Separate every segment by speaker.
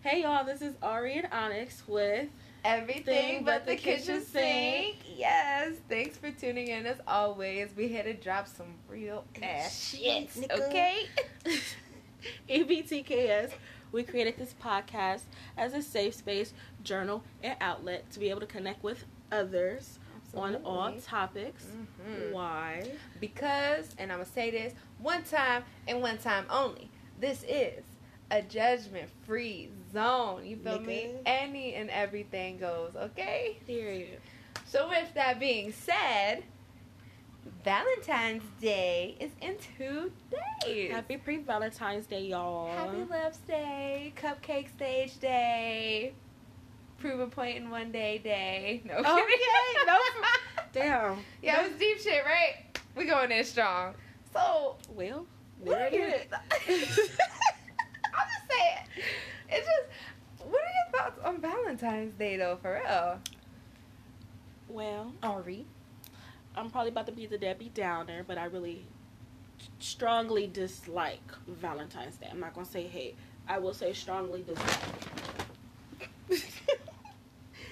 Speaker 1: Hey y'all, this is Ari and Onyx with
Speaker 2: Everything
Speaker 1: Thing
Speaker 2: but the kitchen sink. Yes. Thanks for tuning in as always. We had to drop some real ass shit.
Speaker 1: Shit, nigga.
Speaker 2: Okay?
Speaker 1: EBTKS. We created this podcast as a safe space, journal, and outlet to be able to connect with others on all topics. Mm-hmm.
Speaker 2: Mhm.
Speaker 1: Why?
Speaker 2: Because, and I'm going to say this one time and one time only, this is a judgment free zone. You feel me?
Speaker 1: Nigga.
Speaker 2: Any and everything goes, okay?
Speaker 1: Period.
Speaker 2: So, with that being said, Valentine's Day is in two days.
Speaker 1: Happy pre Valentine's Day, y'all.
Speaker 2: Happy Love's Day, Cupcake Stage Day, Prove a Point in One Day Day. No
Speaker 1: Okay,
Speaker 2: kidding.
Speaker 1: no, for- Damn.
Speaker 2: yeah, it was deep shit, right? We going in strong. So
Speaker 1: Well,
Speaker 2: what are
Speaker 1: there
Speaker 2: your?
Speaker 1: it
Speaker 2: I'm just saying. It's just. What are your thoughts on Valentine's Day though, for real?
Speaker 1: Well,
Speaker 2: Ari.
Speaker 1: I'm probably about to be the Debbie Downer, but I really strongly dislike Valentine's Day. I'm not gonna say hate. I will say strongly dislike.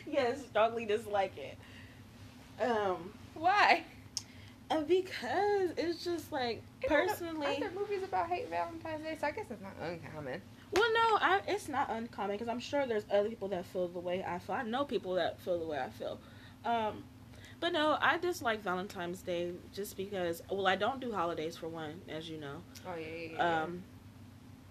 Speaker 1: yes, strongly dislike it. Um,
Speaker 2: Why?
Speaker 1: and because it's just like personally.
Speaker 2: Aren't there movies about hate Valentine's Day? So I guess it's not uncommon.
Speaker 1: Well, no, I, it's not uncommon because I'm sure there's other people that feel the way I feel. I know people that feel the way I feel. Um, but no, I dislike Valentine's Day just because, well, I don't do holidays for one, as you know,
Speaker 2: Oh yeah, yeah,
Speaker 1: um,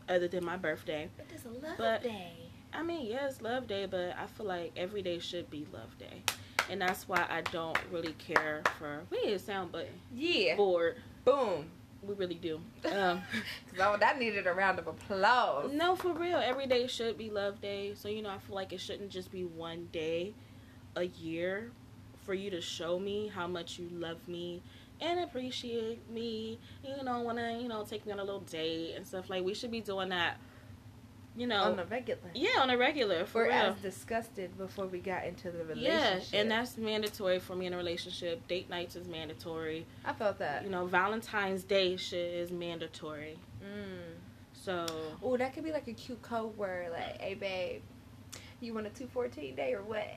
Speaker 1: other than my birthday.
Speaker 2: but there's a love
Speaker 1: but-
Speaker 2: day.
Speaker 1: I mean, yeah, it's Love Day, but I feel like every day should be Love Day. And that's why I don't really care for. We need a sound button.
Speaker 2: Yeah.
Speaker 1: Bored.
Speaker 2: Boom.
Speaker 1: We really do.
Speaker 2: Um,
Speaker 1: Um,
Speaker 2: Cause I, that needed a round of applause.
Speaker 1: No, for real. Every day should be Love Day. So, you know, I feel like it shouldn't just be one day a year for you to show me how much you love me and appreciate me. You know, want to, you know, take me on a little date and stuff. Like, we should be doing that, you know.
Speaker 2: On the regular.
Speaker 1: yeah, on a regular, for
Speaker 2: We're
Speaker 1: real.
Speaker 2: as disgusted before we got into the
Speaker 1: Yeah,
Speaker 2: relationship.
Speaker 1: and that's mandatory for me in a relationship. Date nights is mandatory.
Speaker 2: I felt that.
Speaker 1: You know, Valentine's Day shit is mandatory.
Speaker 2: Mm.
Speaker 1: So,
Speaker 2: Oh, that could be like a cute code word, like, "Hey, babe, you want a two fourteen day or what?"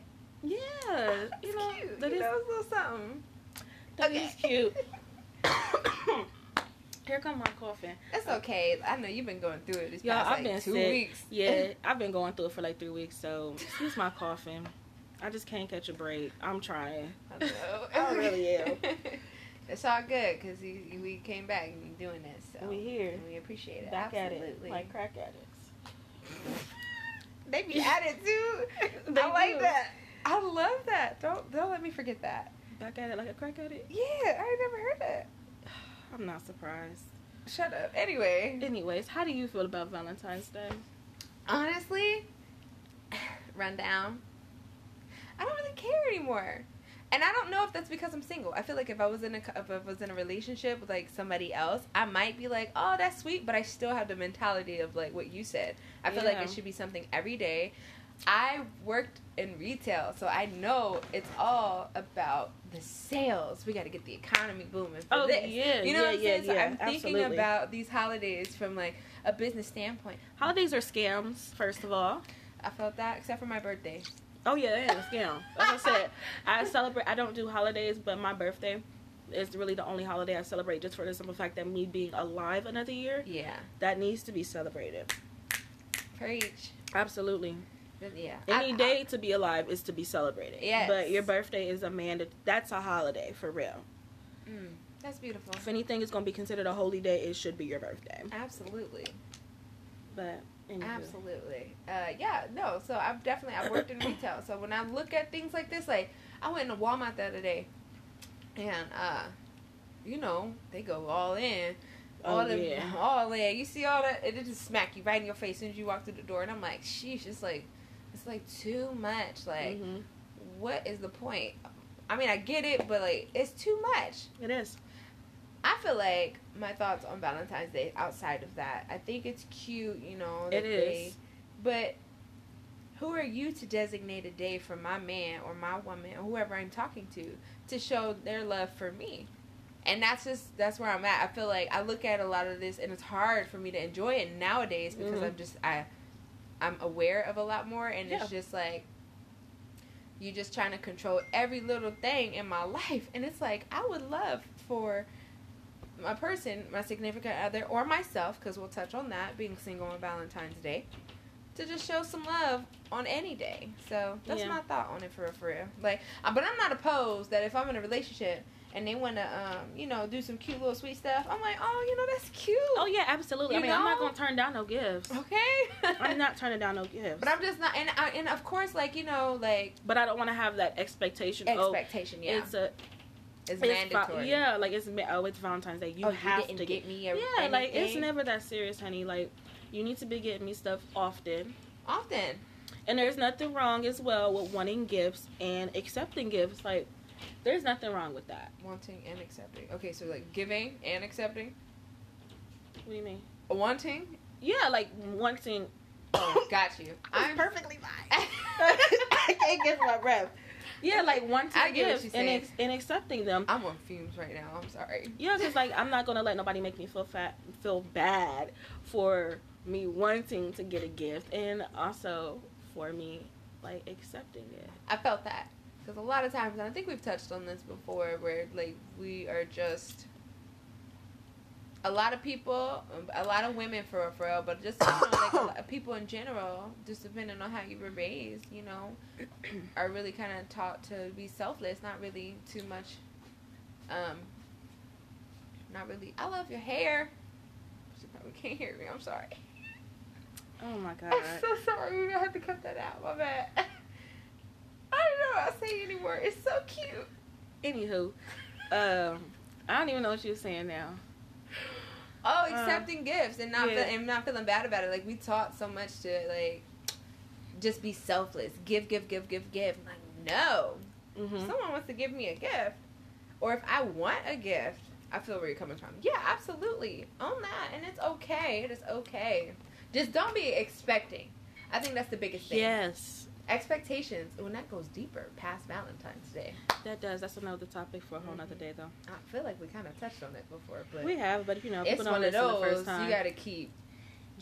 Speaker 1: yeah,
Speaker 2: That's
Speaker 1: Uh, you know,
Speaker 2: cute.
Speaker 1: that
Speaker 2: you
Speaker 1: is
Speaker 2: know, it's a little something.
Speaker 1: That
Speaker 2: Okay.
Speaker 1: is cute. Here come my coughing.
Speaker 2: That's okay. I know you've been going through it these
Speaker 1: Y'all,
Speaker 2: past
Speaker 1: I've
Speaker 2: like,
Speaker 1: been
Speaker 2: two
Speaker 1: sick.
Speaker 2: weeks.
Speaker 1: Yeah, I've been going through it for like three weeks, so excuse my coughing. I just can't catch a break. I'm trying.
Speaker 2: I know.
Speaker 1: I really am.
Speaker 2: It's all good because we came back and you doing this. So
Speaker 1: We here.
Speaker 2: And we appreciate it.
Speaker 1: Back at
Speaker 2: Oh, Absolutely.
Speaker 1: it, like crack addicts.
Speaker 2: They be at it too.
Speaker 1: They
Speaker 2: I like
Speaker 1: do.
Speaker 2: that. I love that. Don't don't let me forget that.
Speaker 1: Back at it like a crack addict.
Speaker 2: Yeah, I never heard that.
Speaker 1: I'm not surprised.
Speaker 2: Shut up. Anyway,
Speaker 1: Anyways, how do you feel about Valentine's Day?
Speaker 2: honestly, run down. I don't really care anymore, and I don't know if that's because I'm single. I feel like if I was in a if I was in a relationship with like somebody else, I might be like, oh, that's sweet, but I still have the mentality of like what you said. I feel like
Speaker 1: Yeah.
Speaker 2: it should be something every day. I worked in retail, so I know it's all about the sales. We got to get the economy booming for
Speaker 1: Oh,
Speaker 2: this.
Speaker 1: yeah,
Speaker 2: you know what
Speaker 1: yeah,
Speaker 2: I'm saying?
Speaker 1: yeah,
Speaker 2: so
Speaker 1: yeah,
Speaker 2: I'm thinking
Speaker 1: absolutely.
Speaker 2: about these holidays from like a business standpoint.
Speaker 1: Holidays are scams, first of all.
Speaker 2: I felt that except for my birthday.
Speaker 1: Oh yeah, that is a scam. As I said, I celebrate. I don't do holidays, but my birthday is really the only holiday I celebrate, just for the simple fact that me being alive another year
Speaker 2: Yeah,
Speaker 1: that needs to be celebrated.
Speaker 2: preach.
Speaker 1: Absolutely,
Speaker 2: But Yeah,
Speaker 1: any
Speaker 2: I-
Speaker 1: day to be alive is to be celebrated.
Speaker 2: Yes.
Speaker 1: but your birthday is a mandate. That's a holiday for real.
Speaker 2: I- mm, that's beautiful.
Speaker 1: If anything is going to be considered a holy day, it should be your birthday.
Speaker 2: Absolutely,
Speaker 1: But anywho.
Speaker 2: absolutely. Uh, yeah, no. So I've definitely I worked in retail. So when I look at things like this, like I went to Walmart the other day, and uh, you know they go all in.
Speaker 1: oh
Speaker 2: all the
Speaker 1: yeah,
Speaker 2: all in. You see all that, it just smack you right in your face as soon as you walk through the door. And I'm like, sheesh, it's like, it's like too much. Like,
Speaker 1: Mhm.
Speaker 2: what is the point? I mean, I get it, but like, it's too much.
Speaker 1: it is.
Speaker 2: I feel like my thoughts on Valentine's Day outside of that, I think it's cute, you know. that
Speaker 1: It is.
Speaker 2: but who are you to designate a day for my man or my woman or whoever I'm talking to to show their love for me? And that's just that's where I'm at. I feel like I look at a lot of this and it's hard for me to enjoy it nowadays because
Speaker 1: Mhm.
Speaker 2: I'm just I I'm aware of a lot more, and it's just like you just trying to control every little thing in my life, and it's like I would love for my person, my significant other, or myself, because we'll touch on that being single on Valentine's Day, to just show some love on any day. So that's
Speaker 1: Yeah.
Speaker 2: my thought on it for real, for real. Like, uh, but I'm not opposed that if I'm in a relationship and they want to, um, you know, do some cute little sweet stuff, I'm like, oh, you know, that's cute.
Speaker 1: Oh yeah, absolutely. I
Speaker 2: You
Speaker 1: mean, I'm not
Speaker 2: know?
Speaker 1: gonna turn down no gifts.
Speaker 2: Okay.
Speaker 1: I'm not turning down no gifts.
Speaker 2: But I'm just not, and I, and of course, like you know, like
Speaker 1: But I don't want to have that expectation.
Speaker 2: expectation,
Speaker 1: oh,
Speaker 2: yeah,
Speaker 1: it's a
Speaker 2: it's,
Speaker 1: val-
Speaker 2: mandatory.
Speaker 1: yeah, like it's ma- oh, it's Valentine's Day. You
Speaker 2: oh,
Speaker 1: have
Speaker 2: didn't
Speaker 1: to
Speaker 2: get me. A,
Speaker 1: Yeah, like it's
Speaker 2: anything?
Speaker 1: never that serious, honey. Like you need to be getting me stuff often.
Speaker 2: often.
Speaker 1: And there's nothing wrong as well with wanting gifts and accepting gifts. Like there's nothing wrong with that.
Speaker 2: Wanting and accepting. Okay, so like giving and accepting.
Speaker 1: What do you mean?
Speaker 2: Wanting.
Speaker 1: Yeah, like wanting
Speaker 2: Oh, got you.
Speaker 1: I'm
Speaker 2: I'm
Speaker 1: perfectly fine.
Speaker 2: I
Speaker 1: can't get my breath. Yeah, like wanting
Speaker 2: I get what
Speaker 1: gifts
Speaker 2: she's
Speaker 1: and
Speaker 2: saying.
Speaker 1: ex- and accepting them.
Speaker 2: I'm on fumes right now. I'm sorry.
Speaker 1: Yeah, because like I'm not gonna let nobody make me feel fat, feel bad for me wanting to get a gift, and also for me like accepting it.
Speaker 2: I felt that because a lot of times, and I think we've touched on this before, where like we are just a lot of people, a lot of women for real, for real, but just you know, like a lot of people in general, just depending on how you were raised, you know, are really kind of taught to be selfless, not really too much. Um, not really. I love your hair. She probably can't hear me. I'm sorry.
Speaker 1: Oh my god.
Speaker 2: I'm so sorry. We're gonna have to cut that out. My bad. I don't know what I'll say anymore. It's so cute.
Speaker 1: Anywho, um, I don't even know what you were saying now.
Speaker 2: Oh,
Speaker 1: Uh,
Speaker 2: accepting gifts and not
Speaker 1: yeah.
Speaker 2: feel, and not feeling bad about it. Like we taught so much to like just be selfless. Give, give, give, give, give. I'm like, no. If
Speaker 1: Mm-hmm.
Speaker 2: someone wants to give me a gift, or if I want a gift, I feel where you're coming from. Yeah, absolutely. Own that, and it's okay. It is okay. Just don't be expecting. I think that's the biggest thing.
Speaker 1: Yes,
Speaker 2: Expectations. When that goes deeper, past Valentine's Day.
Speaker 1: that does. That's another topic for a whole nother day, though.
Speaker 2: I feel like we kind of touched on it before, but
Speaker 1: We have, but you know,
Speaker 2: Mm-hmm. it's
Speaker 1: people don't
Speaker 2: one of
Speaker 1: listen the
Speaker 2: those
Speaker 1: first time.
Speaker 2: you got to keep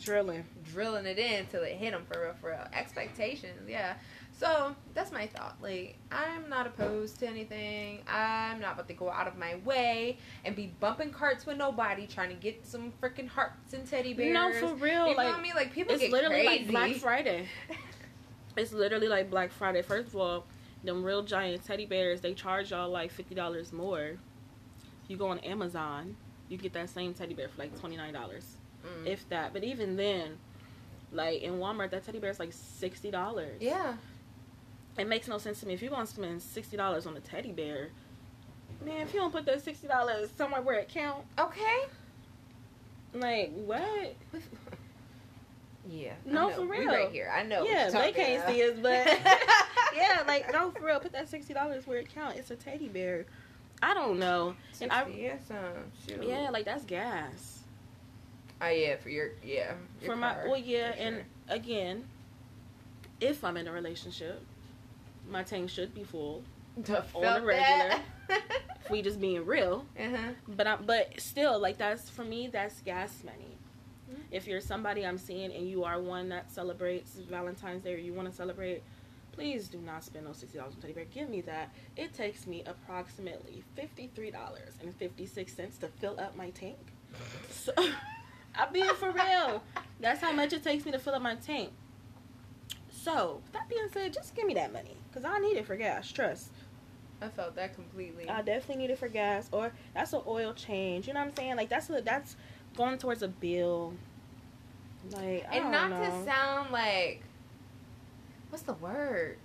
Speaker 1: Drilling.
Speaker 2: drilling it in till it hit them for real, for real. Expectations, yeah. So that's my thought. Like, I'm not opposed to anything. I'm not about to go out of my way and be bumping carts with nobody trying to get some freaking hearts and teddy bears.
Speaker 1: No, for real.
Speaker 2: you
Speaker 1: like
Speaker 2: know what I mean? Like people
Speaker 1: it's
Speaker 2: get
Speaker 1: literally like
Speaker 2: crazy.
Speaker 1: Black Friday. It's literally like Black Friday. First of all, them real giant teddy bears, they charge y'all like fifty dollars more. If you go on Amazon, you get that same teddy bear for like twenty nine dollars,
Speaker 2: Mm.
Speaker 1: if that. But even then, like in Walmart, that teddy bear is like sixty dollars.
Speaker 2: yeah,
Speaker 1: it makes no sense to me. If you want to spend sixty dollars on a teddy bear, man, if you don't put that sixty dollars somewhere where it count,
Speaker 2: okay.
Speaker 1: like what?
Speaker 2: Yeah. I
Speaker 1: No,
Speaker 2: know.
Speaker 1: for
Speaker 2: We
Speaker 1: real.
Speaker 2: right here. I know. what
Speaker 1: Yeah,
Speaker 2: you're
Speaker 1: they
Speaker 2: talking
Speaker 1: can't
Speaker 2: about.
Speaker 1: see us, but yeah, like no, for real, put that sixty dollars where it count. It's a teddy bear. I don't know. And I-
Speaker 2: 60, yeah, some, um, shoot.
Speaker 1: Yeah, like that's gas
Speaker 2: Oh yeah, for your yeah. Your
Speaker 1: for my.
Speaker 2: car,
Speaker 1: Well, yeah,
Speaker 2: for
Speaker 1: and
Speaker 2: sure.
Speaker 1: again, if I'm in a relationship, my tank should be full. on the
Speaker 2: Felt that.
Speaker 1: If we just being real,
Speaker 2: uh-huh.
Speaker 1: but I, but still, like that's for me, that's gas money.
Speaker 2: Mm-hmm.
Speaker 1: If you're somebody I'm seeing and you are one that celebrates Valentine's Day or you want to celebrate, please do not spend those sixty dollars on teddy bear. Give me that. It takes me approximately fifty three dollars and fifty six cents to fill up my tank. So, I'm being for real. That's how much it takes me to fill up my tank. So, with that being said, just give me that money because I need it for gas. Trust.
Speaker 2: I felt that completely.
Speaker 1: I definitely need it for gas, or that's an oil change. You know what I'm saying? Like that's a, that's going towards a bill. Like I
Speaker 2: and
Speaker 1: don't
Speaker 2: not
Speaker 1: know.
Speaker 2: to sound like what's the word?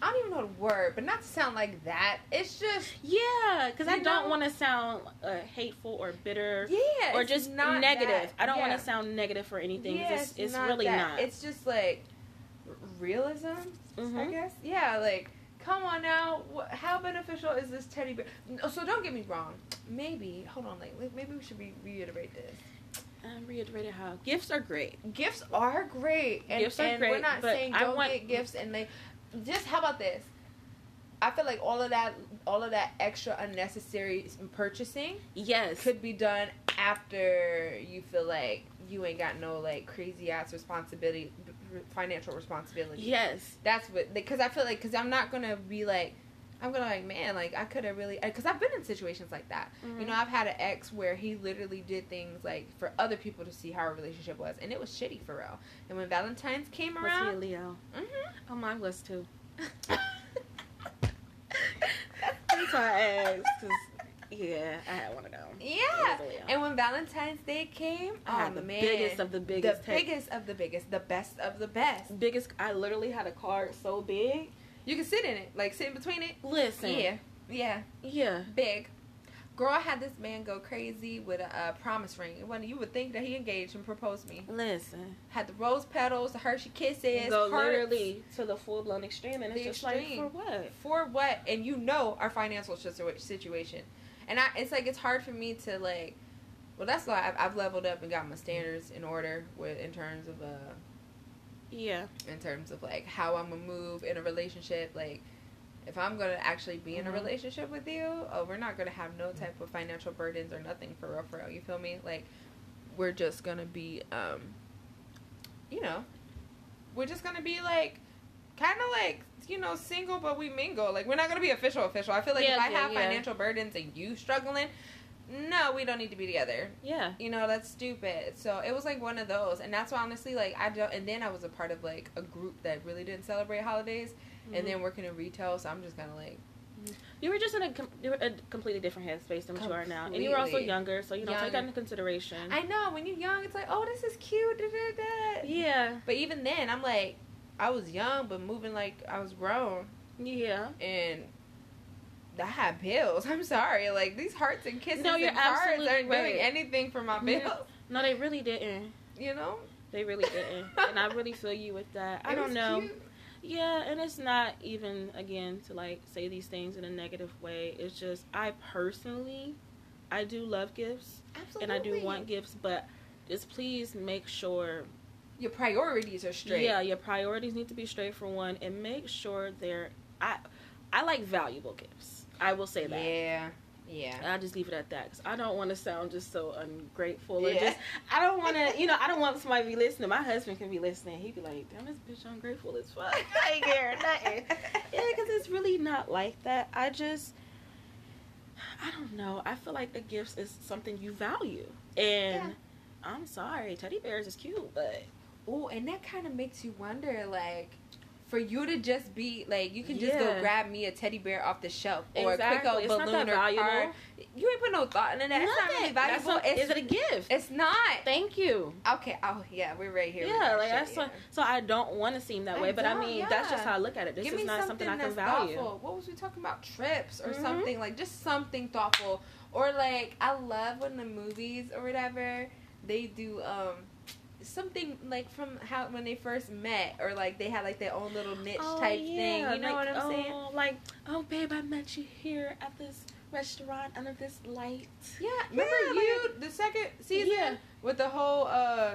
Speaker 2: I don't even know the word, but not to sound like that. It's just
Speaker 1: yeah, because I
Speaker 2: You
Speaker 1: don't
Speaker 2: know?
Speaker 1: want to sound uh, hateful or bitter
Speaker 2: yeah,
Speaker 1: or
Speaker 2: it's
Speaker 1: just
Speaker 2: not
Speaker 1: negative.
Speaker 2: that.
Speaker 1: I don't want
Speaker 2: Yeah.
Speaker 1: to sound negative for anything. 'cause
Speaker 2: Yeah,
Speaker 1: it's, it's really
Speaker 2: that.
Speaker 1: not.
Speaker 2: It's just like r- realism. I
Speaker 1: Mhm.
Speaker 2: guess. Yeah, like, come on now. What, how beneficial is this teddy bear? No, So don't get me wrong. Maybe, hold on, like, like, maybe we should re- reiterate this.
Speaker 1: I reiterated how gifts are great.
Speaker 2: Gifts are great. And,
Speaker 1: Gifts are
Speaker 2: and we're
Speaker 1: great,
Speaker 2: not
Speaker 1: but
Speaker 2: saying
Speaker 1: I
Speaker 2: don't
Speaker 1: want-
Speaker 2: get gifts and they. Just how about this? I feel like all of that all of that extra unnecessary s- purchasing
Speaker 1: Yes.
Speaker 2: could be done after you feel like you ain't got no like crazy ass responsibility, b- r- financial responsibility.
Speaker 1: yes.
Speaker 2: That's what because I feel like because I'm not gonna be like I'm gonna like man like I could have really because I've been in situations like that.
Speaker 1: Mm-hmm.
Speaker 2: You know I've had an ex where he literally did things like for other people to see how our relationship was and it was shitty for real. And when Valentine's came
Speaker 1: was he a
Speaker 2: around,
Speaker 1: Leo?
Speaker 2: mm-hmm.
Speaker 1: Oh, mine was too.
Speaker 2: that's
Speaker 1: That's why I asked, 'cause- Yeah, I had one of them. He
Speaker 2: Yeah.
Speaker 1: was a Leo.
Speaker 2: And when Valentine's Day came,
Speaker 1: I had
Speaker 2: oh,
Speaker 1: the
Speaker 2: man.
Speaker 1: biggest of the biggest.
Speaker 2: the
Speaker 1: text-
Speaker 2: biggest of the biggest, the best of the best.
Speaker 1: biggest. I literally had a card so big.
Speaker 2: You can sit in it, like sit in between it.
Speaker 1: Listen.
Speaker 2: Yeah, yeah,
Speaker 1: Yeah.
Speaker 2: big. Girl, I had this man go crazy with a, uh promise ring. It wasn't- you would think that he engaged and proposed to me.
Speaker 1: Listen.
Speaker 2: Had the rose petals, the Hershey kisses,
Speaker 1: go
Speaker 2: hearts.
Speaker 1: literally to the full blown extreme, and it's
Speaker 2: The
Speaker 1: just
Speaker 2: extreme.
Speaker 1: like for what?
Speaker 2: for what? And you know our financial situa- situation, and I it's like it's hard for me to like. Well, that's why I've, I've leveled up and got my standards in order with in terms of uh
Speaker 1: Yeah.
Speaker 2: in terms of like how I'm gonna move in a relationship. Like, if I'm gonna actually be in a
Speaker 1: Mhm.
Speaker 2: relationship with you, oh, we're not gonna have
Speaker 1: Mm-hmm.
Speaker 2: no type of financial burdens or nothing for real, for real. You feel me? Like, we're just gonna be, um, you know, we're just gonna be like, kind of like you know, single but we mingle. Like, we're not gonna be official, official. I feel like
Speaker 1: Yeah,
Speaker 2: if I
Speaker 1: yeah,
Speaker 2: have
Speaker 1: yeah.
Speaker 2: financial burdens and you struggling, no, we don't need to be together
Speaker 1: Yeah.
Speaker 2: you know that's stupid so it was like one of those and that's why honestly like i don't and then i was a part of like a group that really didn't celebrate holidays
Speaker 1: Mm-hmm.
Speaker 2: and then working in retail so i'm just kind of like
Speaker 1: you were just in a, com- you were a completely different headspace than what you are now, and you were also
Speaker 2: Completely.
Speaker 1: younger, so you know take
Speaker 2: Younger.
Speaker 1: that into consideration.
Speaker 2: i know when you're young it's like oh this is cute da, da, da.
Speaker 1: yeah.
Speaker 2: but even then i'm like i was young but moving like i was grown
Speaker 1: Yeah.
Speaker 2: and I had bills. I'm sorry. Like these hearts and kisses
Speaker 1: No, you're
Speaker 2: and cards
Speaker 1: absolutely
Speaker 2: aren't
Speaker 1: right.
Speaker 2: doing anything for my
Speaker 1: No.
Speaker 2: bills.
Speaker 1: No, they really didn't.
Speaker 2: You know.
Speaker 1: They really didn't, and I really feel you with that. I
Speaker 2: It
Speaker 1: don't
Speaker 2: was
Speaker 1: know.
Speaker 2: cute.
Speaker 1: Yeah, and it's not even again to like say these things in a negative way. It's just I personally, I do love gifts
Speaker 2: Absolutely.
Speaker 1: and I do want gifts, but just please make sure
Speaker 2: your priorities are straight.
Speaker 1: Yeah, your priorities need to be straight for one, and make sure they're. I I like valuable gifts. I will say that.
Speaker 2: Yeah. Yeah.
Speaker 1: And I'll just leave it at that because I don't want to sound just so ungrateful. Or
Speaker 2: Yeah.
Speaker 1: just I don't want to, you know, I don't want somebody to be listening. My husband can be listening. He'd be like, "Damn, this bitch ungrateful as fuck." I ain't care nothing. Yeah, because it's really not like that. I just, I don't know. I feel like a gift is something you value, and
Speaker 2: Yeah.
Speaker 1: I'm sorry, teddy bears is cute, but
Speaker 2: Oh, and that kind of makes you wonder, like, for you to just be like, you can just go
Speaker 1: Yeah.
Speaker 2: grab me a teddy bear off the shelf or
Speaker 1: Exactly.
Speaker 2: a quick
Speaker 1: It's
Speaker 2: old
Speaker 1: not
Speaker 2: balloon
Speaker 1: that
Speaker 2: or
Speaker 1: valuable.
Speaker 2: card. You ain't put no thought into that. It's not really
Speaker 1: Nothing. That's
Speaker 2: valuable.
Speaker 1: not-
Speaker 2: it's,
Speaker 1: is it a gift?
Speaker 2: it's not.
Speaker 1: Thank you.
Speaker 2: okay. Oh yeah, we're right here. with
Speaker 1: yeah,
Speaker 2: that
Speaker 1: like
Speaker 2: shit,
Speaker 1: that's so.
Speaker 2: yeah.
Speaker 1: So I don't want to seem that
Speaker 2: I
Speaker 1: way, but I
Speaker 2: don't,
Speaker 1: mean that's just
Speaker 2: yeah.
Speaker 1: how I look at it. This
Speaker 2: Give
Speaker 1: is
Speaker 2: me
Speaker 1: not something, I can
Speaker 2: that's
Speaker 1: value.
Speaker 2: Thoughtful. What was we talking about? Trips or
Speaker 1: Mhm.
Speaker 2: something like just something thoughtful. Or like I love when the movies or whatever they do um something like from how when they first met or like they had like their own little niche type thing. You know
Speaker 1: Oh, like,
Speaker 2: what I'm
Speaker 1: oh,
Speaker 2: saying?
Speaker 1: Like, oh babe, I met you here at this restaurant under this light.
Speaker 2: Yeah. Remember
Speaker 1: Yeah, like-
Speaker 2: you the second season
Speaker 1: Yeah.
Speaker 2: with the whole uh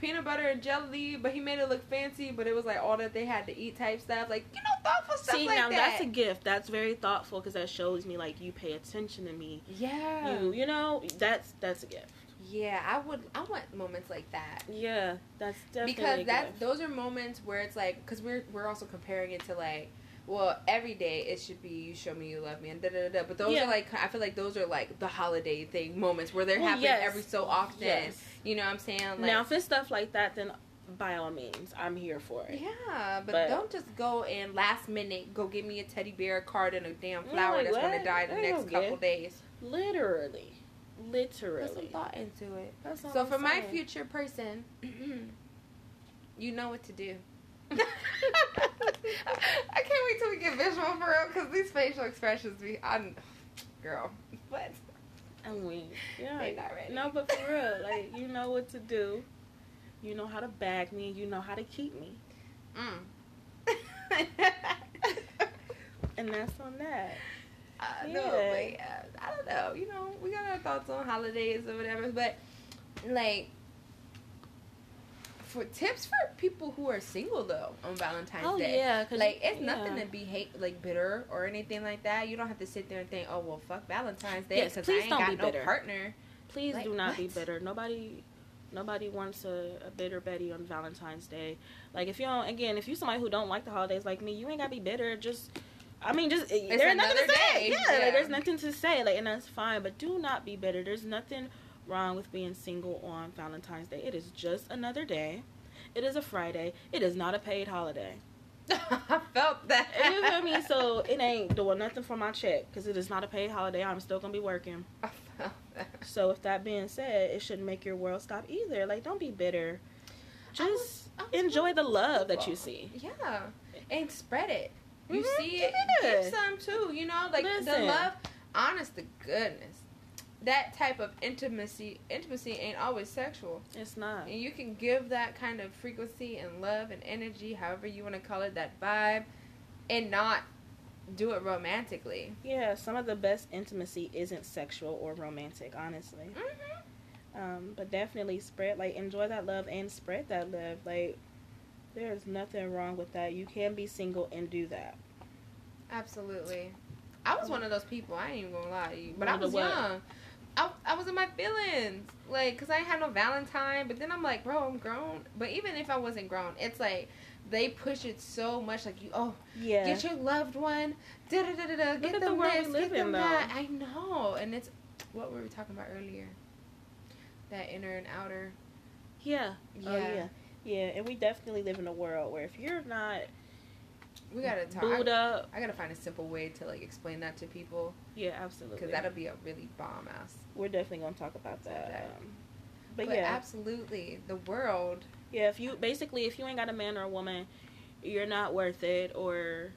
Speaker 2: peanut butter and jelly, but he made it look fancy, but it was like all that they had to eat type stuff. Like you know thoughtful stuff
Speaker 1: See,
Speaker 2: like
Speaker 1: now
Speaker 2: that.
Speaker 1: that's a gift. That's very thoughtful because that shows me like you pay attention to me.
Speaker 2: yeah.
Speaker 1: You, you know, that's that's a gift.
Speaker 2: Yeah, I would. I want moments like that
Speaker 1: Yeah, that's definitely a
Speaker 2: because that
Speaker 1: gift.
Speaker 2: those are moments where it's like because we're we're also comparing it to like well every day it should be you show me you love me and da da da. da. But those
Speaker 1: Yeah.
Speaker 2: are like I feel like those are like the holiday thing moments where they're
Speaker 1: Well,
Speaker 2: happening
Speaker 1: yes.
Speaker 2: every so often.
Speaker 1: Yes.
Speaker 2: You know what I'm saying? Like,
Speaker 1: now, if it's stuff like that, then by all means, I'm here for it.
Speaker 2: yeah, but,
Speaker 1: But-
Speaker 2: don't just go and last minute go give me a teddy bear, a card, and a damn
Speaker 1: Yeah,
Speaker 2: flower
Speaker 1: like
Speaker 2: that's
Speaker 1: what?
Speaker 2: gonna die the
Speaker 1: There you
Speaker 2: next
Speaker 1: go,
Speaker 2: couple
Speaker 1: gift.
Speaker 2: days.
Speaker 1: Literally, literally.
Speaker 2: Put some thought into it.
Speaker 1: That's all
Speaker 2: So
Speaker 1: I'm
Speaker 2: for my
Speaker 1: saying.
Speaker 2: future person, you know what to do. I can't wait till we get visual for real because these facial expressions be on girl. What?
Speaker 1: I'm weak. Yeah.
Speaker 2: They not ready.
Speaker 1: No, but for real, like you know what to do. You know how to bag me. You know how to keep me.
Speaker 2: Mm.
Speaker 1: And that's on that.
Speaker 2: Uh, No, but yeah, I don't know. You know, we got our thoughts on holidays or whatever, but like for tips for people who are single though on Valentine's
Speaker 1: Oh
Speaker 2: Day.
Speaker 1: yeah, 'cause-
Speaker 2: Like it's
Speaker 1: yeah.
Speaker 2: nothing to be hate like bitter or anything like that. You don't have to sit there and think, oh well, fuck Valentine's Day
Speaker 1: Yes,
Speaker 2: because I
Speaker 1: please
Speaker 2: ain't
Speaker 1: don't
Speaker 2: got
Speaker 1: be
Speaker 2: no
Speaker 1: bitter.
Speaker 2: partner.
Speaker 1: Please
Speaker 2: Like,
Speaker 1: do not be
Speaker 2: what?
Speaker 1: bitter. Nobody, nobody wants a, a bitter Betty on Valentine's Day. Like if you don't, again, if you somebody who don't like the holidays like me, you ain't gotta be bitter. Just, I mean, just there's nothing to
Speaker 2: another
Speaker 1: say.
Speaker 2: day.
Speaker 1: Yeah,
Speaker 2: Yeah.
Speaker 1: Like, there's nothing to say. Like and that's fine. But do not be bitter. There's nothing wrong with being single on Valentine's Day. It is just another day. It is a Friday. It is not a paid holiday.
Speaker 2: I felt that.
Speaker 1: You feel me? So it ain't doing nothing for my check because it is not a paid holiday. I'm still gonna be working.
Speaker 2: I felt that.
Speaker 1: So with that being said, it shouldn't make your world stop either. Like don't be bitter.
Speaker 2: I
Speaker 1: Just
Speaker 2: was- I was
Speaker 1: enjoy
Speaker 2: with
Speaker 1: the love that
Speaker 2: people.
Speaker 1: you see.
Speaker 2: Yeah, and spread it. You
Speaker 1: Mhm,
Speaker 2: see Mm-hmm. it,
Speaker 1: yeah.
Speaker 2: give some too. You know, like
Speaker 1: Listen.
Speaker 2: the love. Honest to goodness, that type of intimacy, intimacy ain't always sexual.
Speaker 1: It's not.
Speaker 2: And you can give that kind of frequency and love and energy, however you want to call it, that vibe, and not do it romantically.
Speaker 1: Yeah, some of the best intimacy isn't sexual or romantic, honestly.
Speaker 2: Mm-hmm.
Speaker 1: Um, but definitely spread like enjoy that love and spread that love. Like there's nothing wrong with that. You can be single and do that.
Speaker 2: Absolutely. I was one of those people. I ain't even gonna lie to you, but I
Speaker 1: One of the
Speaker 2: was
Speaker 1: what?
Speaker 2: young. I, I was in my feelings, like, cause I ain't had no Valentine. But then I'm like, bro, I'm grown. But even if I wasn't grown, it's like they push it so much. Like you, oh,
Speaker 1: Yeah.
Speaker 2: get your loved one, da da da da da. Get
Speaker 1: at the
Speaker 2: them
Speaker 1: world we
Speaker 2: this,
Speaker 1: live
Speaker 2: get them
Speaker 1: in, though.
Speaker 2: that. I know, and it's what were we talking about earlier? That inner and outer.
Speaker 1: yeah.
Speaker 2: Yeah,
Speaker 1: Oh yeah. Yeah, and we definitely live in a world where if you're not
Speaker 2: we gotta talk.
Speaker 1: booed up,
Speaker 2: I gotta find a simple way to like explain that to people,
Speaker 1: yeah, absolutely.
Speaker 2: cause that'll be a really bomb ass.
Speaker 1: We're definitely gonna talk about that.
Speaker 2: Subject.
Speaker 1: Um,
Speaker 2: But,
Speaker 1: but, yeah,
Speaker 2: absolutely, the world.
Speaker 1: Yeah, if you basically if you ain't got a man or a woman, you're not worth it or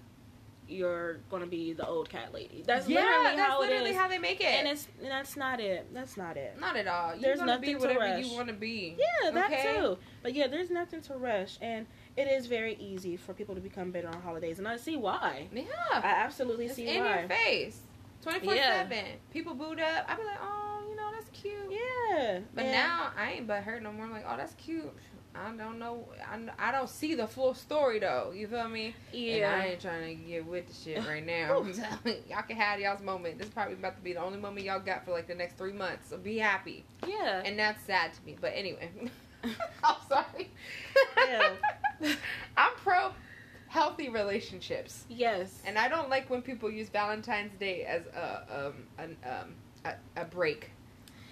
Speaker 1: you're gonna be the old cat lady. That's literally
Speaker 2: that's
Speaker 1: how
Speaker 2: literally
Speaker 1: it is.
Speaker 2: how they make it.
Speaker 1: and it's and that's not it. That's not it.
Speaker 2: not at all. You're
Speaker 1: There's
Speaker 2: gonna be
Speaker 1: nothing to
Speaker 2: whatever
Speaker 1: rush.
Speaker 2: you want to be.
Speaker 1: Yeah, that
Speaker 2: Okay.
Speaker 1: too. But yeah, there's nothing to rush and it is very easy for people to become bitter on holidays and I see why.
Speaker 2: Yeah,
Speaker 1: I absolutely
Speaker 2: it's
Speaker 1: see
Speaker 2: in
Speaker 1: why.
Speaker 2: your face, twenty four seven. People booed up. I be like, oh, you know, that's cute.
Speaker 1: Yeah.
Speaker 2: But
Speaker 1: and-
Speaker 2: now I ain't but hurt no more. I'm like, oh, that's cute. I don't know. I, I don't see the full story though. You feel me? And
Speaker 1: Yeah.
Speaker 2: I ain't trying to get with the shit right now. I'm telling y'all can have y'all's moment. This is probably about to be the only moment y'all got for like the next three months. So be happy.
Speaker 1: yeah.
Speaker 2: And that's sad to me. But anyway, I'm sorry.
Speaker 1: Yeah.
Speaker 2: I'm pro healthy relationships,
Speaker 1: yes.
Speaker 2: and I don't like when people use Valentine's Day as a um an, um a, a break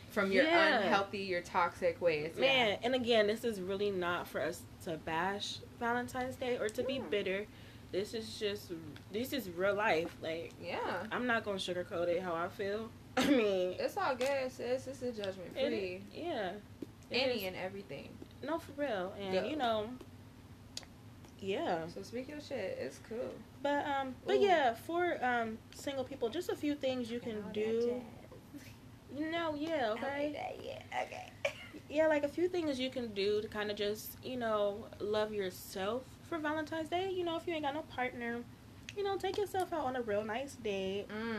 Speaker 2: from your
Speaker 1: Yeah.
Speaker 2: unhealthy, your toxic ways.
Speaker 1: Man, and again, this is really not for us to bash Valentine's Day or to be
Speaker 2: Yeah.
Speaker 1: bitter. This is just this is real life. Like
Speaker 2: yeah. Yeah.
Speaker 1: I'm not gonna sugarcoat it how I feel. I mean,
Speaker 2: It's all good, sis. This is judgment
Speaker 1: it-
Speaker 2: free.
Speaker 1: yeah, It
Speaker 2: Any
Speaker 1: is-
Speaker 2: and everything.
Speaker 1: no for real, and
Speaker 2: Go.
Speaker 1: you know, yeah.
Speaker 2: So speak your shit. It's cool.
Speaker 1: But um, but
Speaker 2: Ooh.
Speaker 1: yeah, for um single people, just a few things you
Speaker 2: And
Speaker 1: can
Speaker 2: all that
Speaker 1: do.
Speaker 2: jazz.
Speaker 1: No, yeah,
Speaker 2: I like
Speaker 1: okay,
Speaker 2: that, yeah, okay.
Speaker 1: yeah, like a few things you can do to kind of just you know love yourself for Valentine's Day. You know, if you ain't got no partner, you know, take yourself out on a real nice date,
Speaker 2: Mm.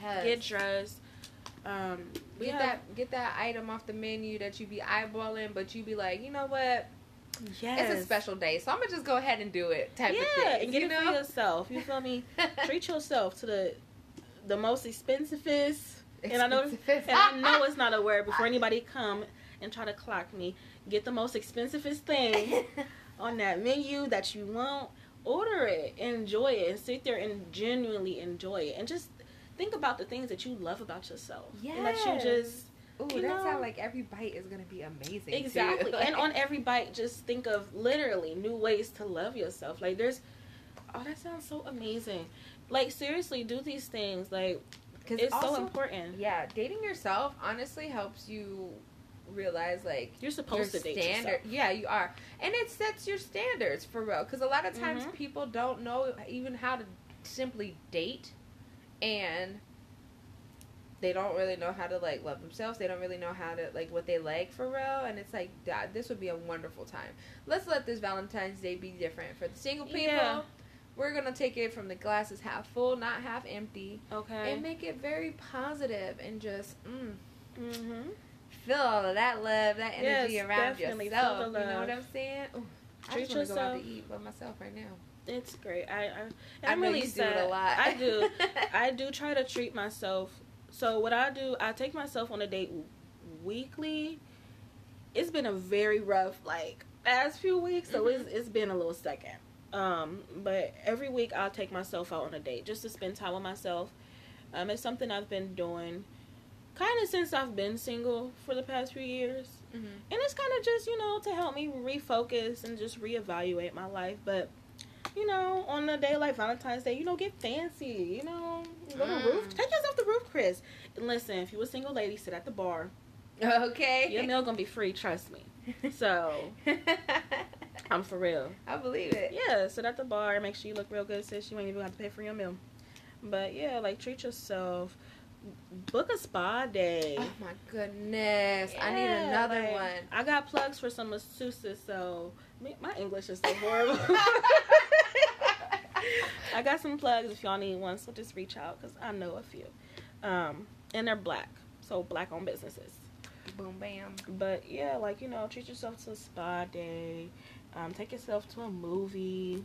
Speaker 2: Yes.
Speaker 1: get dressed. Um, we
Speaker 2: Get
Speaker 1: have-
Speaker 2: that get that item off the menu that you be eyeballing, but you be like, you know what?
Speaker 1: Yes.
Speaker 2: It's a special day, so I'm gonna just go ahead and do it type of
Speaker 1: yeah,
Speaker 2: thing.
Speaker 1: and get
Speaker 2: you
Speaker 1: it
Speaker 2: know?
Speaker 1: for yourself. You feel me? Treat yourself to the the most expensivest. And I know, and
Speaker 2: Expensive.
Speaker 1: I know it's not a word. Before anybody come and try to clock me, get the most expensivest thing on that menu that you want. Order it, enjoy it, and sit there and genuinely enjoy it. And just think about the things that you love about yourself. And that you
Speaker 2: Yes.
Speaker 1: just
Speaker 2: Ooh,
Speaker 1: you
Speaker 2: that's
Speaker 1: know?
Speaker 2: how like every bite is gonna be amazing. too.
Speaker 1: Exactly.
Speaker 2: Like-
Speaker 1: and on every bite, just think of literally new ways to love yourself. Like, there's, oh, that sounds so amazing. Like, seriously, do these things. Like,
Speaker 2: 'Cause
Speaker 1: it's so
Speaker 2: also-
Speaker 1: important.
Speaker 2: Yeah, dating yourself honestly helps you realize like
Speaker 1: You're supposed to
Speaker 2: your
Speaker 1: date
Speaker 2: standard.
Speaker 1: yourself.
Speaker 2: Yeah, you are, and it sets your standards for real. Because a lot of times
Speaker 1: Mhm.
Speaker 2: people don't know even how to simply date, and they don't really know how to like love themselves. They don't really know how to like what they like for real. And it's like that, this would be a wonderful time. Let's let this Valentine's Day be different for the single people.
Speaker 1: Yeah.
Speaker 2: We're gonna take it from the glasses half full, not half empty,
Speaker 1: Okay.
Speaker 2: and make it very positive and just mm,
Speaker 1: Mm-hmm.
Speaker 2: feel all of that love, that energy
Speaker 1: Yes,
Speaker 2: around
Speaker 1: definitely. Feel
Speaker 2: yourself.
Speaker 1: the
Speaker 2: You know
Speaker 1: love.
Speaker 2: what I'm saying? Ooh, I
Speaker 1: Treat
Speaker 2: just want to go out
Speaker 1: yourself.
Speaker 2: to eat by myself right now.
Speaker 1: It's great. I, I and
Speaker 2: I
Speaker 1: I'm
Speaker 2: know
Speaker 1: really
Speaker 2: you
Speaker 1: sad.
Speaker 2: do it a lot.
Speaker 1: I do. I do try to treat myself. So what I do, I take myself on a date w- weekly. It's been a very rough like past few weeks, so it's it's been a little second. Um, but every week I'll take myself out on a date just to spend time with myself. Um, it's something I've been doing kind of since I've been single for the past few years
Speaker 2: Mhm.
Speaker 1: and it's kind of just you know to help me refocus and just reevaluate my life but you know on a day like valentine's day you know get fancy you know go to
Speaker 2: Mm.
Speaker 1: roof take yourself to roof chris and listen if you a single lady sit at the bar
Speaker 2: Mm-hmm. Okay.
Speaker 1: your meal gonna be free trust me so i'm for real
Speaker 2: I believe it.
Speaker 1: yeah sit at the bar make sure you look real good sis you ain't even have to pay for your meal but yeah like treat yourself book a spa day
Speaker 2: Oh my goodness! I need
Speaker 1: Yeah,
Speaker 2: another
Speaker 1: like,
Speaker 2: one.
Speaker 1: I got plugs for some masseuses, so me- my English is so horrible. I got some plugs if y'all need one, so just reach out because I know a few. Um, and they're black, so black owned businesses.
Speaker 2: Boom bam.
Speaker 1: But yeah, like you know, treat yourself to a spa day, um, take yourself to a movie.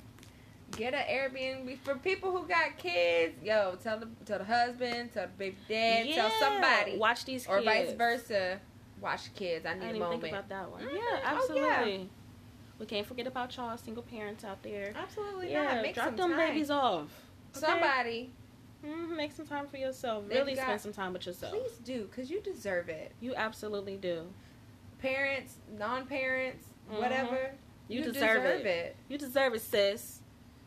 Speaker 2: Get an Airbnb for people who got kids. Yo, tell the tell the husband, tell the baby dad, tell
Speaker 1: Yeah,
Speaker 2: somebody,
Speaker 1: Watch these
Speaker 2: or
Speaker 1: kids.
Speaker 2: vice versa. Watch kids. I
Speaker 1: I
Speaker 2: need
Speaker 1: didn't
Speaker 2: a
Speaker 1: even think
Speaker 2: moment.
Speaker 1: about that one.
Speaker 2: Mhm,
Speaker 1: Yeah,
Speaker 2: oh, yeah.
Speaker 1: absolutely. We can't forget about y'all single parents out there.
Speaker 2: Absolutely
Speaker 1: Yeah,
Speaker 2: not. Make
Speaker 1: drop
Speaker 2: some
Speaker 1: them
Speaker 2: time.
Speaker 1: babies off. okay?
Speaker 2: Somebody,
Speaker 1: Mhm, make some time for yourself.
Speaker 2: They've
Speaker 1: Really
Speaker 2: got-
Speaker 1: spend some time with yourself.
Speaker 2: please do, cause you deserve it.
Speaker 1: You absolutely do.
Speaker 2: Parents, non-parents,
Speaker 1: Mhm.
Speaker 2: whatever.
Speaker 1: You, deserve, it. You deserve it, sis.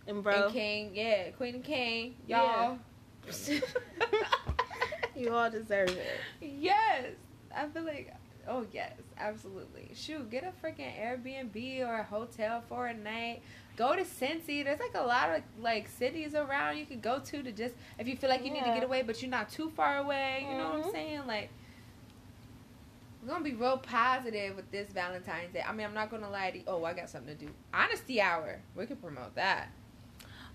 Speaker 1: And bro,
Speaker 2: And King, yeah, Queen and King, y'all.
Speaker 1: you all deserve it.
Speaker 2: yes, I feel like, oh yes, absolutely. Shoot, get a freaking Airbnb or a hotel for a night. Go to Cincy. There's like a lot of like cities around you could go to to just if you feel like you need to
Speaker 1: Yeah.
Speaker 2: get away, but you're not too far away. You know what I'm
Speaker 1: Mhm.
Speaker 2: saying? Like. We're gonna be real positive with this Valentine's Day. I mean, I'm not gonna lie to you. Oh, I got something to do. Honesty Hour. We could promote that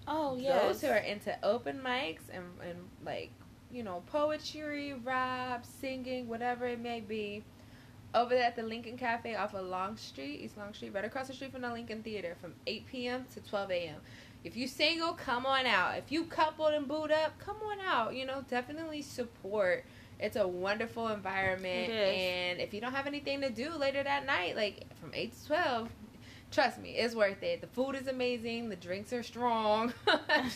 Speaker 1: Oh
Speaker 2: those who are into open mics and, and like you know poetry rap singing whatever it may be over there at the lincoln cafe off of long street east long street right across the street from the lincoln theater from 8 p.m to 12 a.m if you single come on out if you coupled and booed up come on out you know definitely support it's a wonderful environment
Speaker 1: It is.
Speaker 2: and if you don't have anything to do later that night like from 8 to 12 Trust me, it's worth it. The food is amazing. The drinks are strong.
Speaker 1: yeah,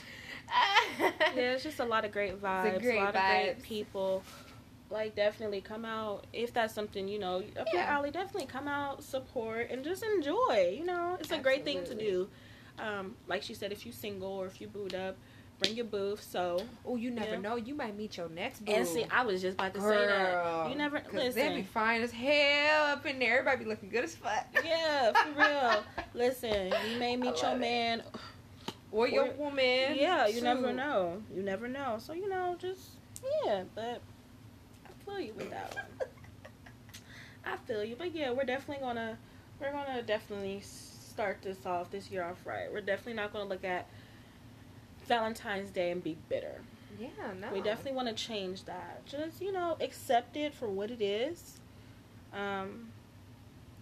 Speaker 1: it's just a lot of great vibes.
Speaker 2: great
Speaker 1: a lot of
Speaker 2: vibes.
Speaker 1: great people. Like definitely come out if that's something you know up your
Speaker 2: Yeah.
Speaker 1: alley. Definitely come out, support, and just enjoy. You know, it's a great thing to do.
Speaker 2: Absolutely.
Speaker 1: Um, like she said, if you single or if you booed up, bring your booth. So
Speaker 2: Oh, you never
Speaker 1: Yeah.
Speaker 2: know. You might meet your next boo.
Speaker 1: and see, I was just about to say that. You never-
Speaker 2: 'Cause They be
Speaker 1: listen.
Speaker 2: fine as hell up in there. Everybody be looking good as fuck.
Speaker 1: Yeah, for real. Listen, you may
Speaker 2: I
Speaker 1: meet your
Speaker 2: love it.
Speaker 1: man.
Speaker 2: or your
Speaker 1: Or-
Speaker 2: woman.
Speaker 1: Yeah, you never
Speaker 2: Shoot.
Speaker 1: know. You never know. So you know, just yeah. But I feel you with that one. I feel you. But yeah, we're definitely gonna we're gonna definitely start this off this year off right. We're definitely not gonna look at Valentine's Day and be bitter.
Speaker 2: yeah, no.
Speaker 1: We definitely want to change that. Just you know, accept it for what it is, um,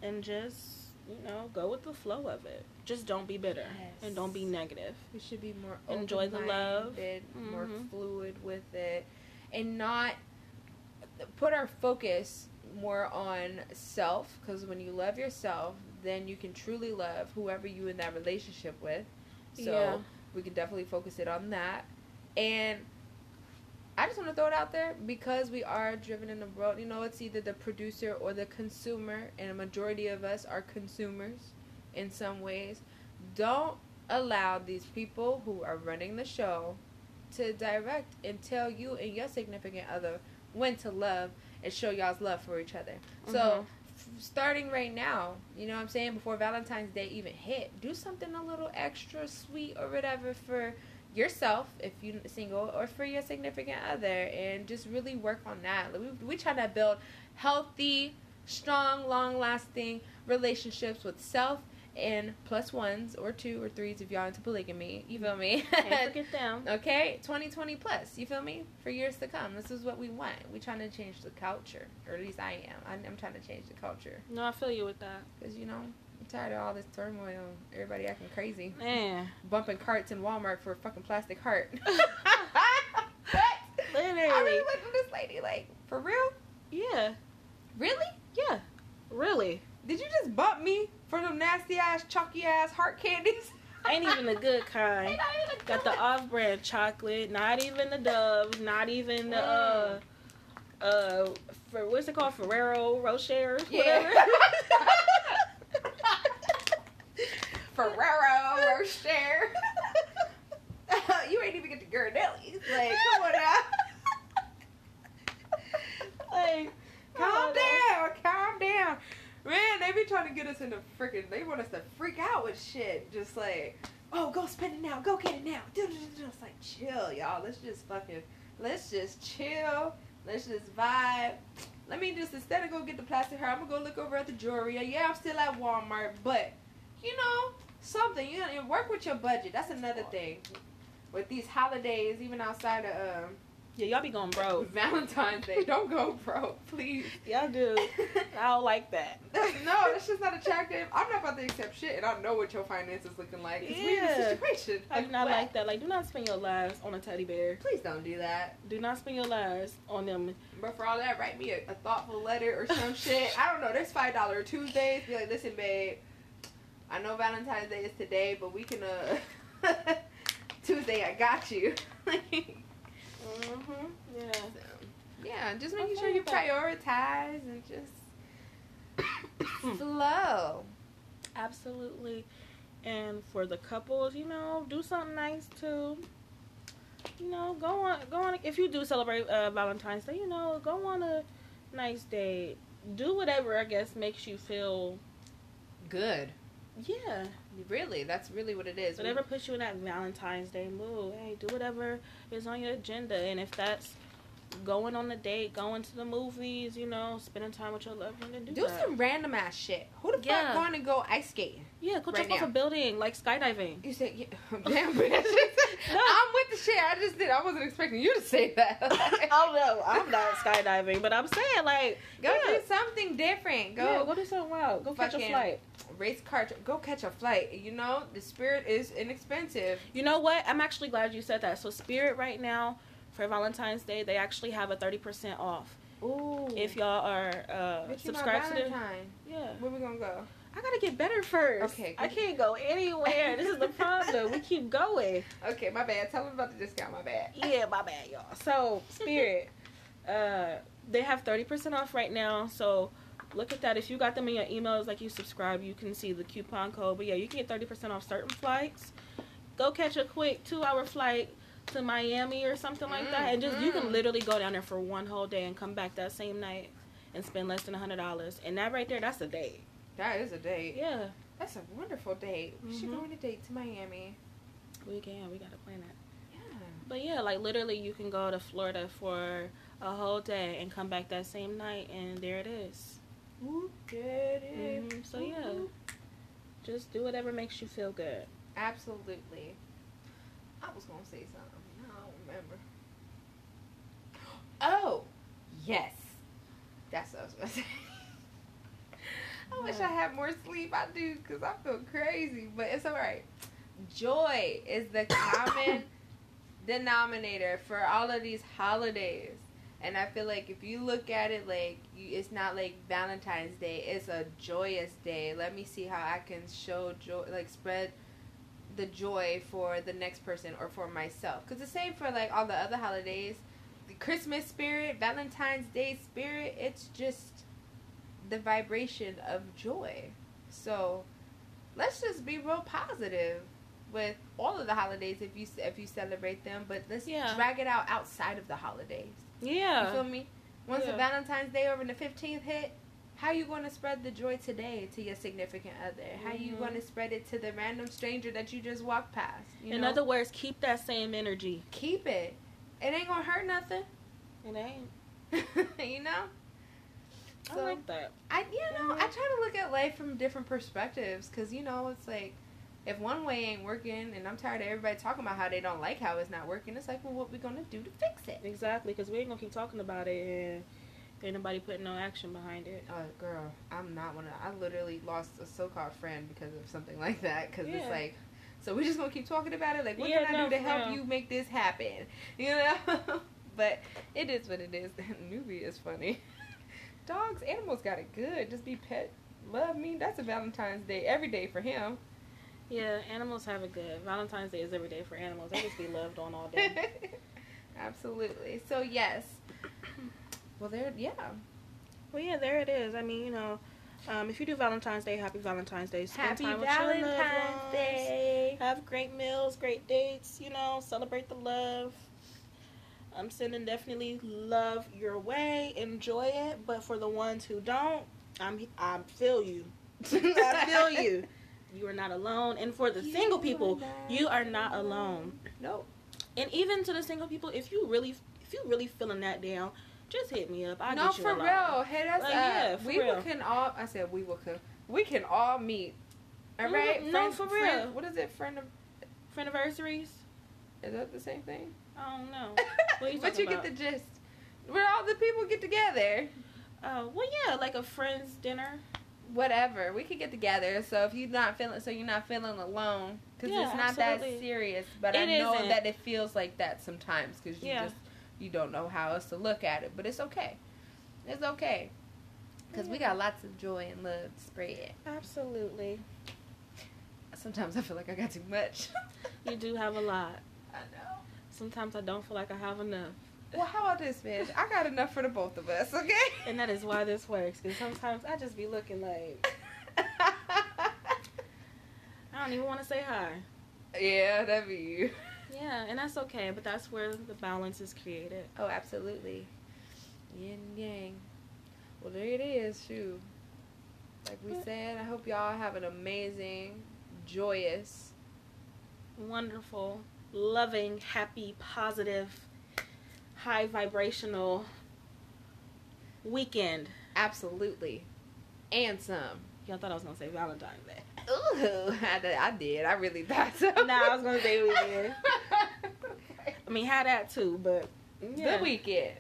Speaker 1: and just you know, go with the flow of it. Just don't be bitter and don't be
Speaker 2: Yes.
Speaker 1: negative.
Speaker 2: We should be more
Speaker 1: Enjoy the love.
Speaker 2: open-minded, more
Speaker 1: Mhm.
Speaker 2: fluid with it, and not put our focus more on self. Because when you love yourself, then you can truly love whoever you in that relationship with. So
Speaker 1: Yeah.
Speaker 2: we can definitely focus it on that. And I just want to throw it out there because we are driven in the world. You know, it's either the producer or the consumer, and a majority of us are consumers in some ways. Don't allow these people who are running the show to direct and tell you and your significant other when to love and show y'all's love for each other. So, f- starting right now, you know what I'm saying, before Valentine's Day even hit, do something a little extra sweet or whatever for yourself if you're single or for your significant other and just really work on that. Like, we, we try to build healthy, strong, long lasting relationships with self and plus ones or two or threes if y'all into polygamy. You feel me?
Speaker 1: Can't forget them.
Speaker 2: okay, 2020 plus. You feel me? For years to come, this is what we want. We trying to change the culture, or at least I am. I'm, I'm trying to change the culture
Speaker 1: No, I feel you with that.
Speaker 2: because you know I'm tired of all this turmoil. Everybody acting crazy,
Speaker 1: Man.
Speaker 2: bumping carts in Walmart for a fucking plastic heart. I
Speaker 1: Literally.
Speaker 2: really looked at this lady like, for real?
Speaker 1: Yeah.
Speaker 2: Really?
Speaker 1: Yeah. Really.
Speaker 2: Did you just bump me for them nasty ass, chalky ass heart candies?
Speaker 1: Ain't even the good kind.
Speaker 2: Ain't not even a
Speaker 1: Got the
Speaker 2: good-
Speaker 1: off brand chocolate, not even the Dove, not even the uh uh for what's it called? Ferrero Rocher, whatever.
Speaker 2: Yeah. Ferrero Rocher. you ain't even get the Ghirardellis. Like, come on now.
Speaker 1: like
Speaker 2: Calm
Speaker 1: Calm
Speaker 2: down, calm down. Man, they be trying to get us into freaking. They want us to freak out with shit. Just like, oh, go spend it now, go get it now. Do-do-do-do. It's like, chill, y'all. Let's just fucking, let's just chill. Let's just vibe. Let me just instead of go get the plastic hair, I'm gonna go look over at the jewelry. Yeah, I'm still at Walmart, but you know something. You gotta work with your budget. That's another thing. With these holidays, even outside of
Speaker 1: Yeah, y'all be going
Speaker 2: um,
Speaker 1: broke.
Speaker 2: Valentine's Day, don't go broke, please.
Speaker 1: Y'all do. I don't like that.
Speaker 2: That's- no, that's just not attractive. I'm not about to accept shit, and I know what your finances looking like. It's
Speaker 1: Yeah.
Speaker 2: weird situation.
Speaker 1: I do not
Speaker 2: what?
Speaker 1: like that. Like, do not spend your lives on a teddy bear.
Speaker 2: Please don't do that.
Speaker 1: Do not spend your lives on them.
Speaker 2: But for all that, write me a, a thoughtful letter or some shit. I don't know. There's five dollar Tuesdays. Be like, listen, babe. I know Valentine's Day is today, but we can uh Tuesday. I got you.
Speaker 1: Mm-hmm. Yeah.
Speaker 2: So, yeah, just making
Speaker 1: Okay
Speaker 2: sure you
Speaker 1: with that.
Speaker 2: prioritize and just flow.
Speaker 1: Absolutely. And for the couples, you know, do something nice too. You know, go on, go on. If you do celebrate uh, Valentine's Day, you know, go on a nice date. Do whatever I guess makes you feel.
Speaker 2: Good.
Speaker 1: Yeah.
Speaker 2: Really, that's really what it is. We-
Speaker 1: Whatever puts you in that Valentine's Day mood. Hey, do whatever is on your agenda. And if that's going on a date, going to the movies, you know, spending time with your loved one, then do,
Speaker 2: Do
Speaker 1: that.
Speaker 2: some random ass shit. Who the
Speaker 1: Yeah.
Speaker 2: fuck going to go ice skating?
Speaker 1: yeah, go
Speaker 2: right
Speaker 1: jump off
Speaker 2: now.
Speaker 1: a building, like skydiving.
Speaker 2: You said, yeah, damn bitch. I'm with the shit. I just did. I wasn't expecting you to say that.
Speaker 1: no, I'm not skydiving, but I'm saying, like,
Speaker 2: Go
Speaker 1: Yeah.
Speaker 2: do something different. Go
Speaker 1: go, go do something wild. Go catch a
Speaker 2: Fucking-
Speaker 1: flight.
Speaker 2: race car. tr- Go catch a flight. You know, the spirit is inexpensive.
Speaker 1: You know what? I'm actually glad you said that. So, Spirit right now, for Valentine's Day, they actually have a 30% off.
Speaker 2: Ooh.
Speaker 1: If y'all are uh,
Speaker 2: Bitch, you my
Speaker 1: subscribed to them.
Speaker 2: Valentine.
Speaker 1: Yeah.
Speaker 2: Where we gonna go?
Speaker 1: I gotta get better first.
Speaker 2: Okay,
Speaker 1: I can't go anywhere. This is the problem. we keep going.
Speaker 2: Okay, my bad. Tell them about the discount. My bad.
Speaker 1: Yeah, my bad, y'all. So Spirit, uh, they have thirty percent off right now. So look at that. If you got them in your emails, like you subscribe, you can see the coupon code. But yeah, you can get thirty percent off certain flights. Go catch a quick two-hour flight to Miami or something like that, and just you
Speaker 2: Mm, mm.
Speaker 1: can literally go down there for one whole day and come back that same night and spend less than a hundred dollars. And that right there, that's a day.
Speaker 2: That is a date.
Speaker 1: Yeah,
Speaker 2: That's a wonderful date. We should
Speaker 1: Mhm.
Speaker 2: go on a date to Miami.
Speaker 1: we can. We gotta plan that.
Speaker 2: Yeah.
Speaker 1: But yeah, like literally, you can go to Florida for a whole day and come back that same night, and there it is.
Speaker 2: Who did it?
Speaker 1: Mhm, so, yeah.
Speaker 2: Who?
Speaker 1: Just do whatever makes you feel good.
Speaker 2: Absolutely. I was gonna say something. Now I don't remember. Oh, yes. That's what I was gonna say. I wish I
Speaker 1: What?
Speaker 2: had more sleep. I do, cause I feel crazy, but it's alright. Joy is the common denominator for all of these holidays. And I feel like if you look at it like you, it's not like Valentine's Day, it's a joyous day. Let me see how I can show joy, like spread the joy for the next person or for myself. Cause the same for like all the other holidays, the Christmas spirit, Valentine's Day spirit. It's just the vibration of joy. So let's just be real positive with all of the holidays if you if you celebrate them. But let's
Speaker 1: Yeah.
Speaker 2: drag it out outside of the holidays. You feel
Speaker 1: Yeah.
Speaker 2: me? Once the
Speaker 1: Yeah.
Speaker 2: Valentine's Day over and the fifteenth hit, how you gonna spread the joy today to your significant other? How you
Speaker 1: Mhm.
Speaker 2: gonna spread it to the random stranger that you just walked past? You
Speaker 1: In
Speaker 2: know,
Speaker 1: other words, keep that same energy.
Speaker 2: keep it. It ain't gonna hurt nothing.
Speaker 1: It ain't.
Speaker 2: you know.
Speaker 1: I like that.
Speaker 2: I you know
Speaker 1: Mhm.
Speaker 2: I try to look at life from different perspectives because you know it's like if one way ain't working and I'm tired of everybody talking about how they don't like how it's not working, it's like well what we gonna do to fix it?
Speaker 1: Exactly, because we ain't gonna keep talking about it and ain't nobody putting no action behind it.
Speaker 2: Oh girl, I'm not one of I literally lost a so-called friend because of something like that because
Speaker 1: Yeah.
Speaker 2: it's like so we just gonna keep talking about it like what
Speaker 1: Yeah,
Speaker 2: can I
Speaker 1: no,
Speaker 2: do to
Speaker 1: for
Speaker 2: help
Speaker 1: real.
Speaker 2: you make this happen? You know, but it is what it is. Newbie is funny. Dogs, animals got it good. Just be pet. Love me. That's a Valentine's Day every day for him.
Speaker 1: Yeah, animals have a good. Valentine's Day is every day for animals. They just be loved on all day.
Speaker 2: Absolutely. So yes. Well, there. Yeah.
Speaker 1: well, yeah, there it is. I mean, you know, um, if you do Valentine's Day, happy Valentine's Day. Spend
Speaker 2: Happy
Speaker 1: time with your loved
Speaker 2: Valentine's
Speaker 1: ones.
Speaker 2: Day.
Speaker 1: Have great meals, great dates. You know, celebrate the love. I'm sending definitely love your way. Enjoy it. But for the ones who don't, I'm I feel you. I feel you. You are not alone. And for the
Speaker 2: You
Speaker 1: single
Speaker 2: are
Speaker 1: people,
Speaker 2: not
Speaker 1: you are not alone.
Speaker 2: Nope.
Speaker 1: And even to the single people, if you really if you really feeling that down, just hit me up. I'll
Speaker 2: no,
Speaker 1: get you
Speaker 2: for
Speaker 1: a lot.
Speaker 2: real. Hit us
Speaker 1: Like,
Speaker 2: up.
Speaker 1: yeah, for
Speaker 2: we will-
Speaker 1: real.
Speaker 2: can all. I said we will. Can, we can all meet. All right.
Speaker 1: Mhm, no, for real.
Speaker 2: friend- what is it? Friend of.
Speaker 1: For anniversaries?
Speaker 2: Is that the same thing?
Speaker 1: I don't know. are you
Speaker 2: but
Speaker 1: talking
Speaker 2: you get
Speaker 1: about?
Speaker 2: the gist. Where all the people get together.
Speaker 1: Uh, well, yeah, like a friends dinner.
Speaker 2: Whatever. We could get together. So if you're not feeling, so you're not feeling alone. Because
Speaker 1: Yeah,
Speaker 2: it's not that
Speaker 1: absolutely.
Speaker 2: serious. But I
Speaker 1: It
Speaker 2: know
Speaker 1: isn't.
Speaker 2: that it feels like that sometimes. Because you
Speaker 1: Yeah.
Speaker 2: just you don't know how else to look at it. But it's okay. It's okay. Because we
Speaker 1: Yeah.
Speaker 2: got lots of joy and love to spread.
Speaker 1: Absolutely.
Speaker 2: Sometimes I feel like I got too much.
Speaker 1: You do have a lot.
Speaker 2: I know.
Speaker 1: Sometimes I don't feel like I have enough.
Speaker 2: Well, how about this, bitch? I got enough for the both of us, okay?
Speaker 1: And that is why this works. Because sometimes I just be looking like, I don't even want to say hi.
Speaker 2: yeah, that'd be you.
Speaker 1: Yeah, and that's okay. But that's where the balance is created.
Speaker 2: Oh, absolutely. Yin and yang. Well, there it is, shoot. Like we said, I hope y'all have an amazing, joyous,
Speaker 1: Wonderful, loving, happy, positive, high vibrational weekend.
Speaker 2: absolutely, and some.
Speaker 1: Y'all thought I was going to say Valentine's Day.
Speaker 2: Ooh, I did. I, did. I really thought so.
Speaker 1: Nah, I was gonna say we did.
Speaker 2: Okay.
Speaker 1: I mean, had that too, but. yeah.
Speaker 2: The weekend.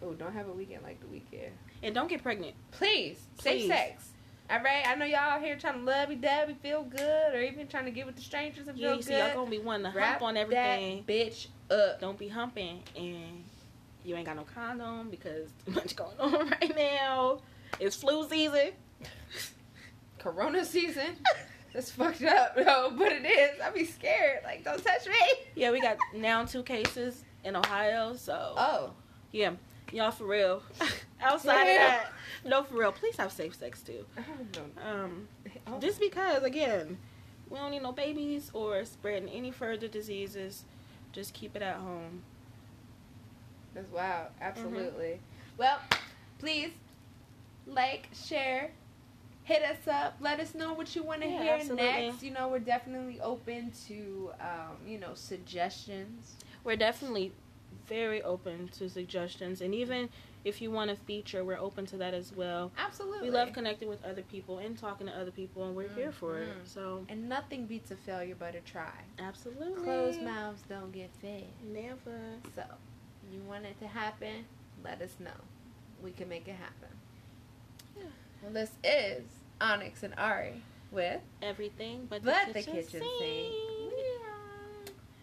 Speaker 2: Oh, don't have a weekend like the weekend.
Speaker 1: And don't get pregnant.
Speaker 2: Please, safe
Speaker 1: Please.
Speaker 2: sex. All right, I know y'all out here trying to lovey dovey, feel good, or even trying to get with the strangers and
Speaker 1: Yeah,
Speaker 2: feel
Speaker 1: you see, y'all
Speaker 2: good.
Speaker 1: gonna be wanting to
Speaker 2: Wrap
Speaker 1: hump on everything.
Speaker 2: that bitch up.
Speaker 1: Don't be humping, and you ain't got no condom because too much going on right now. It's flu season.
Speaker 2: Corona season. That's fucked up, no, but it is. I be scared. Like, don't touch me.
Speaker 1: yeah, we got now two cases in Ohio, so
Speaker 2: Oh,
Speaker 1: yeah, y'all for real. Outside
Speaker 2: Yeah.
Speaker 1: of that, no, for real. Please have safe sex too.
Speaker 2: I don't know.
Speaker 1: Um,
Speaker 2: Oh.
Speaker 1: Just because, again, we don't need no babies or spreading any further diseases. Just keep it at home.
Speaker 2: That's wild.
Speaker 1: Mm-hmm.
Speaker 2: Absolutely. Well, please like, share, hit us up. Let us know what you want to
Speaker 1: Yeah,
Speaker 2: hear
Speaker 1: absolutely.
Speaker 2: next. You know, we're definitely open to, um, you know, suggestions.
Speaker 1: We're definitely very open to suggestions, and even if you want a feature, we're open to that as well.
Speaker 2: Absolutely.
Speaker 1: We love connecting with other people and talking to other people, and we're here for it.
Speaker 2: Mhm.
Speaker 1: So,
Speaker 2: and nothing beats a failure but a try.
Speaker 1: absolutely.
Speaker 2: Closed mouths don't get fed.
Speaker 1: Never.
Speaker 2: So, you want it to happen? Let us know. We can make it happen.
Speaker 1: Yeah.
Speaker 2: Well, this is Onyx and Ari with
Speaker 1: Everything but,
Speaker 2: But
Speaker 1: the, kitchen sink.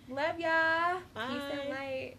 Speaker 2: Love y'all. Peace
Speaker 1: Bye.
Speaker 2: and light.